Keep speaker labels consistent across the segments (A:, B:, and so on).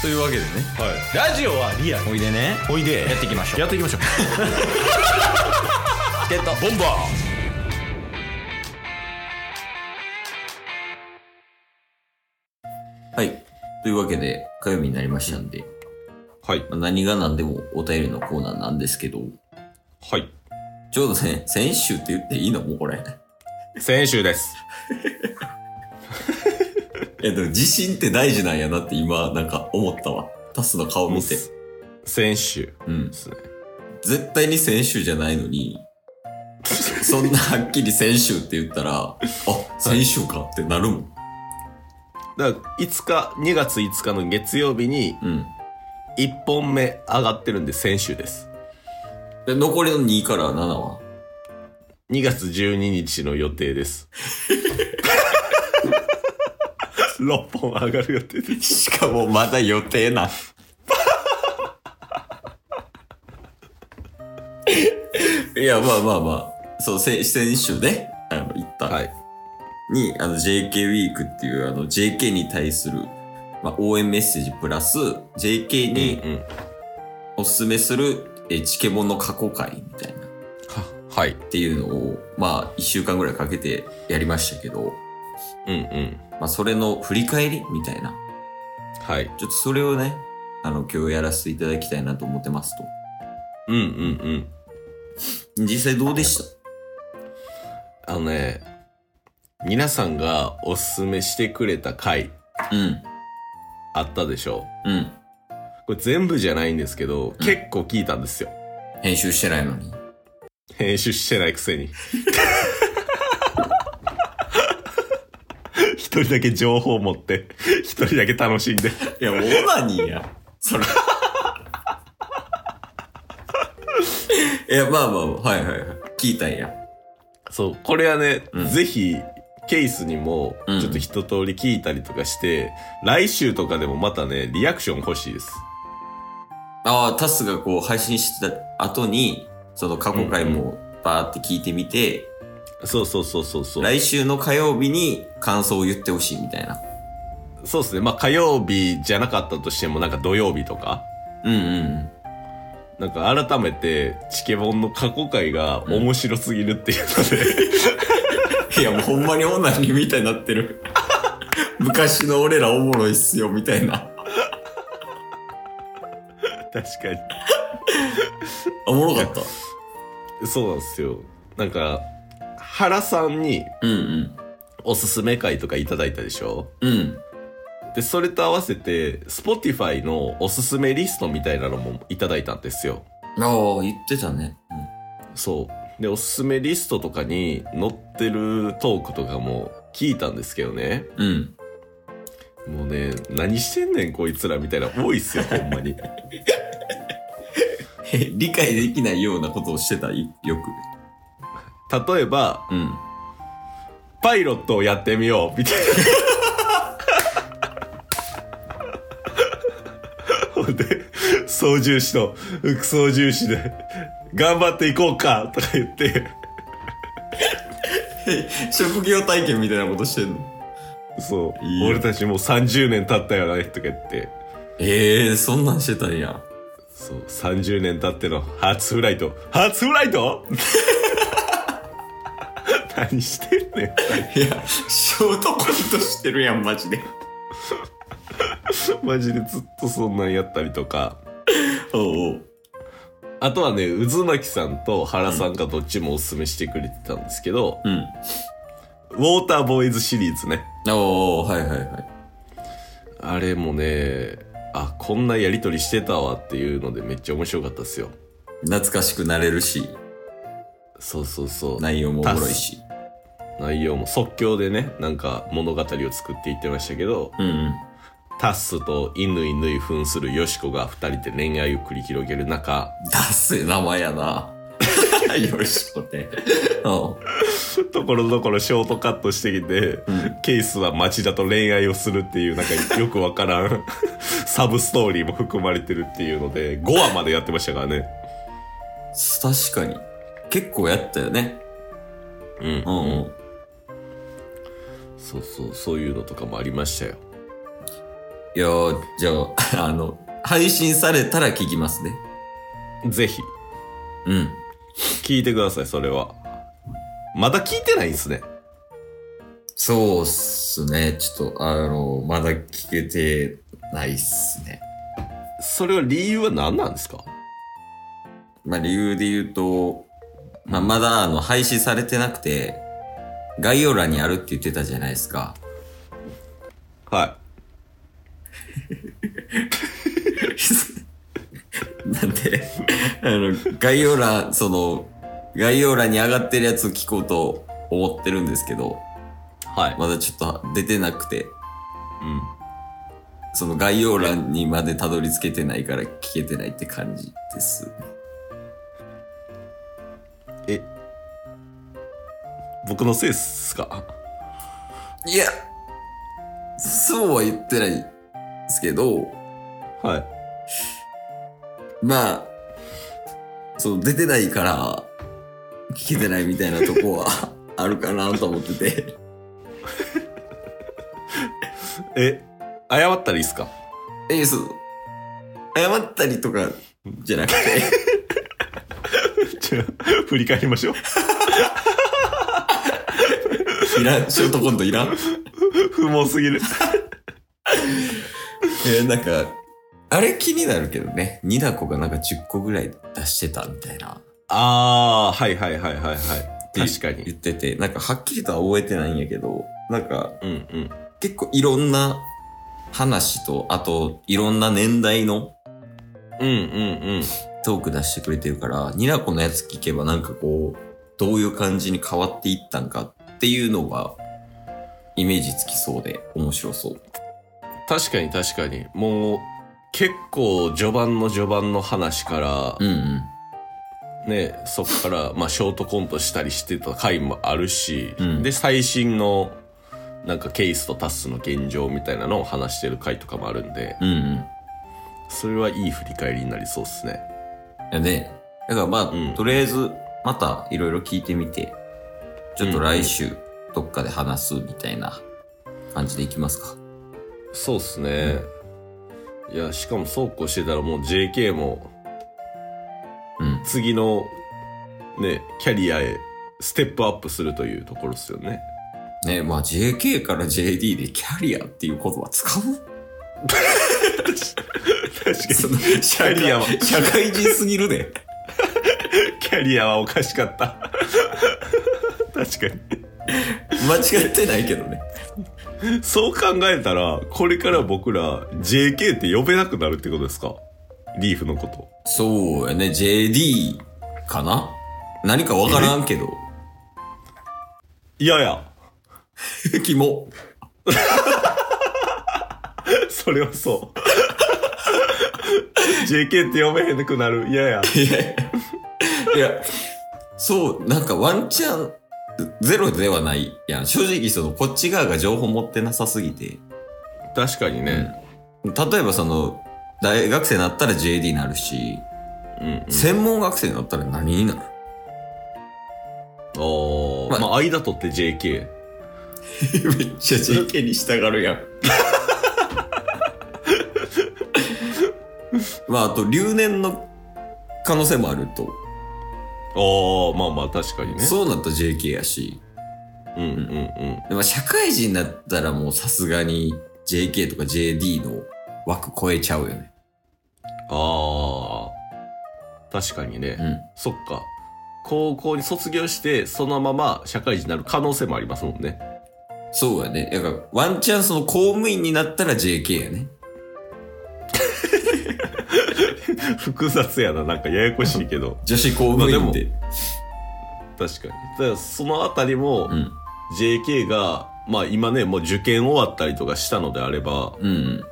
A: というわけでね
B: はい、ラジオはリアル
A: おいでね
B: おいで
A: やっていきましょう
B: やっていきましょう
A: ゲット
B: ボンバ
A: はいというわけで火曜日になりましたんで、
B: ーはい
A: まあ何が何でもお便りのコーナーなんですけど
B: はい
A: ちょうどね先週って言っていいのもうこれ
B: 先週です
A: えっと自信って大事なんやなって今なんか思ったわタスの顔見て
B: 先週
A: うん
B: ですね
A: 絶対に先週じゃないのにそんなはっきり先週って言ったらあ先週かってなるもん
B: だから5日2月5日の月曜日に
A: うん
B: 1本目上がってるんで先週です
A: で残りの2から7は
B: 2月12日の予定です6本上がる予定です
A: しかもまだ予定な。いや、まあまあまあ。そう、先先週ね、あの、行った、
B: はい
A: に、あの、JK ウィークっていう、あの、JK に対する、まあ、応援メッセージプラス、JK に
B: うん
A: おすすめする、え、チケボンの過去回みたいな、っ
B: ははい
A: ていうのを、まあ、一週間ぐらいかけてやりましたけど、
B: うんうん
A: まあ、それの振り返りみたいな。
B: はい
A: ちょっとそれをね、あの、今日やらせていただきたいなと思ってますと。
B: うんうんうん
A: 実際どうでした
B: あのね皆さんがおすすめしてくれた回
A: うん。
B: あったでしょ
A: うん。
B: これ全部じゃないんですけど、結構聞いたんですよ
A: 編集してないのに。
B: 編集してないく せに一人だけ情報持って一人だけ楽しんで
A: いや、オナニーや。それ。 いや、まあまあ、はいはいはい。聞いたんや。
B: そうこれはね、
A: うん
B: ぜひケースにも
A: うん
B: ちょっと一通り聞いたりとかして、来週とかでもまたねリアクション欲しいです
A: ああ、タスがこう配信してた後に、その過去回もバーって聞いてみて、
B: そうそうそうそうそう
A: 来週の火曜日に感想を言ってほしいみたいな。
B: そうですね。まあ火曜日じゃなかったとしても、なんか土曜日とか、
A: うんうん
B: なんか改めて、チケボンの過去回が面白すぎるっていうので、
A: うん。いや、もうほんまにオナニーみたいになってる。 昔の俺らおもろいっすよ、みたいな。
B: 確か
A: おもろかった。
B: に。そうなんですよ。なんか、原さんに
A: うんうん。
B: おすすめ回とかいただいたでしょ
A: うん。
B: で、それと合わせて、Spotify のおすすめリストみたいなのもいただいたんですよ。
A: ああ、言ってたね。
B: そう。で、おすすめリストとかに載ってるトークとかも聞いたんですけどね。
A: うん。うん。
B: もうね、何してんねんこいつらみたいな多いっすよ、ほんまに。
A: 理解できないようなことをしてた、いよ
B: 例えば、
A: く。うん。
B: パイロットをやってみよう、みたいな。ほんで、操縦士と副操縦士で、頑張っていこうか、とか言って、
A: 職業体験みたいなことしてんの
B: そう、
A: いいよ
B: 俺たちもう30年経ったよね、とか言って、
A: ええそんなんしてたんや。
B: そう、30年経っての初フライト、初フラ イト何してんねん。
A: いや、ショートコントしてるやん、マジで。
B: マジでずっとそんなんやったりとか。
A: おうおう。
B: あとはね、渦巻さんと原さんがどっちもおすすめしてくれてたんですけど、
A: うん。
B: ウォーターボーイズシリーズね。
A: おうおう、はいはいはい。
B: あれもね、あ、こんなやりとりしてたわっていうのでめっちゃ面白かったっすよ。
A: 懐かしくなれるし、
B: そうそうそう。
A: 内容もおもろいし。
B: 内容も即興でね、なんか物語を作っていってましたけど、
A: うんうん。
B: タッスとイヌイヌイ扮するヨシコが二人で恋愛を繰り広げる中、
A: ダッセー名前やな。 よろしくね。おう
B: ところどころショートカットしてきて、
A: うん
B: ケースは町田と恋愛をするっていうなんかよくわから んサブストーリーも含まれてるっていうので5話までやってましたからね
A: 確かに。結構やったよね。
B: うん
A: うんうん。
B: そうそうそういうのとかもありましたよ
A: いやー、じゃあ、あの、配信されたら聞きますね。
B: ぜひ、
A: うん。
B: 聞いてください、それは。まだ聞いてないんすね。
A: そうっすね。ちょっと、あの、まだ聞けてないっすね。
B: それは理由は何なんですか
A: まあ、理由で言うと、まあ、まだ、あの、配信されてなくて、概要欄にあるって言ってたじゃないですか。
B: は
A: なんで、 あの、概要欄、その、概要欄に上がってるやつを聞こうと思ってるんですけど、
B: い。はい。
A: まだちょっと出てなくて、
B: うん。
A: その概要欄にまでたどり着けてないから聞けてないって感じです。
B: え、僕のせいっすか
A: いや、そうは言ってないですけど、
B: はい。
A: まあ、その出てないから聞けてないみたいなとこは あるかなと思ってて。
B: え、謝ったらいいっす か
A: え、そう、謝ったりとかじゃなくて、
B: じゃあ、振り返りましょう。
A: いらん、ショートコントいらん
B: 不毛すぎる。
A: えーなんか、あれ気になるけどね。ニダコがなんか10個ぐらい出してたみたいな。
B: あー、はいはいはいはいはい。確か
A: 言
B: に。
A: ってて、なんかはっきりとは覚えてないんやけど、なんか
B: うんうん。
A: 結構いろんな話と、あといろんな年代の
B: うんうんうん。
A: トーク出してくれてるから、ニダコのやつ聞けばなんかこう、どういう感じに変わっていったんかっていうのが、イメージつきそうで面白そう。
B: 確かに確かに。もう、結構序盤の序盤の話から、
A: うんうん。
B: ね、そこから、まあ、ショートコントしたりしてた回もあるし、
A: うん
B: で、最新の、なんかケースとタスの現状みたいなのを話してる回とかもあるんで、
A: うんうん。
B: それはいい振り返りになりそうですね。
A: やね。だからまあ、
B: うん
A: とりあえず、またいろいろ聞いてみて、ちょっと来週、どっかで話すみたいな感じでいきますか。
B: そうっすね。いや、しかもそうこうしてたらもう JK も、
A: うん。
B: 次の、ね、キャリアへ、ステップアップするというところですよね。
A: ね、まあ JK から JD でキャリアっていう言葉使う
B: 確か
A: その社
B: ャリアは
A: 会社会人すぎるで、
B: キャリアはおかしかった。 確か
A: 間違ってないけどね。
B: に。そう考えたら、これから僕ら JK って呼べなくなるってことですかリーフのこと。
A: そうやね、JD かな何かわからんけ ど。
B: いやいや、
A: キモ。
B: それは そう。JK って呼べへんくなる。いやいや。
A: いやいや、そう、なんかワンチャン、ゼロではないやん。正直、その、こっち側が情報持ってなさすぎて。
B: 確かにね。
A: 例えば、その、大学生になったら JD になるし、
B: うん。うん
A: 専門学生になったら何になる
B: おー
A: まあ
B: まあ、間取って JK。
A: めっちゃ JK に従るやん。 まあ、あと、留年の可能性もあると。
B: おー、まあまあ、確かにね。
A: そうなったら JK やし。
B: うんうんうん。
A: でも社会人になったらもうさすがに JK とか JD の枠超えちゃうよね。
B: あー。確かにね。
A: うん。
B: そっか。高校に卒業して、そのまま社会人になる可能性もありますもんね。
A: そうやね。だからワンチャンその公務員になったら JK やね。
B: 複雑やな、なんかややこしいけど。
A: 女子公務員って。
B: 確かに。だからそのあたりも
A: う、ん。
B: JK が、まあ今ね、もう受験終わったりとかしたのであれば、
A: うんうん。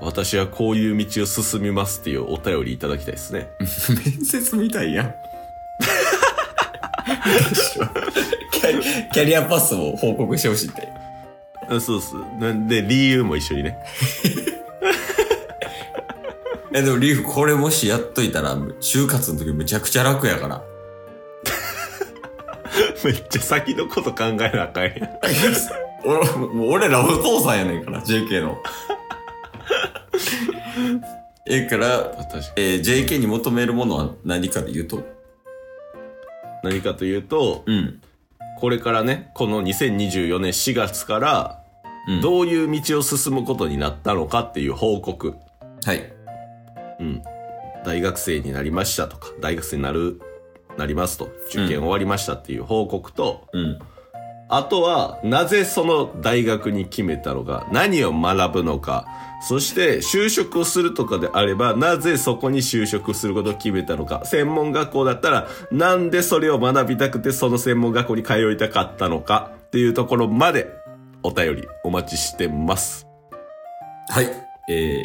B: 私はこういう道を進みますっていうお便りいただきたいですね。
A: 面接みたいやん。キャリ キャリアパスを報告してほしいって。
B: あそうっす。なんで、理由も一緒にね。
A: え、でもリーフこれもしやっといたら、就活の時むちゃくちゃ楽やから。
B: めっちゃ先のこと考えなあかんやん。
A: 俺もう俺らお父さんやねんから、JK の。 えから、
B: 確かに
A: えー JK に求めるものは何かで言うと。
B: 何かというと、
A: うん。
B: これからね、この2024年4月から、
A: うん、
B: どういう道を進むことになったのかっていう報告。
A: はい。
B: うん。大学生になりましたとか、大学生になる、なりますと、受験終わりましたっていう報告と、
A: うん。
B: あとは、なぜその大学に決めたのか、何を学ぶのか、そして就職をするとかであれば、なぜそこに就職することを決めたのか、専門学校だったら、なんでそれを学びたくてその専門学校に通いたかったのか、っていうところまで、お便りお待ちしてます。
A: はい。えー、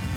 C: す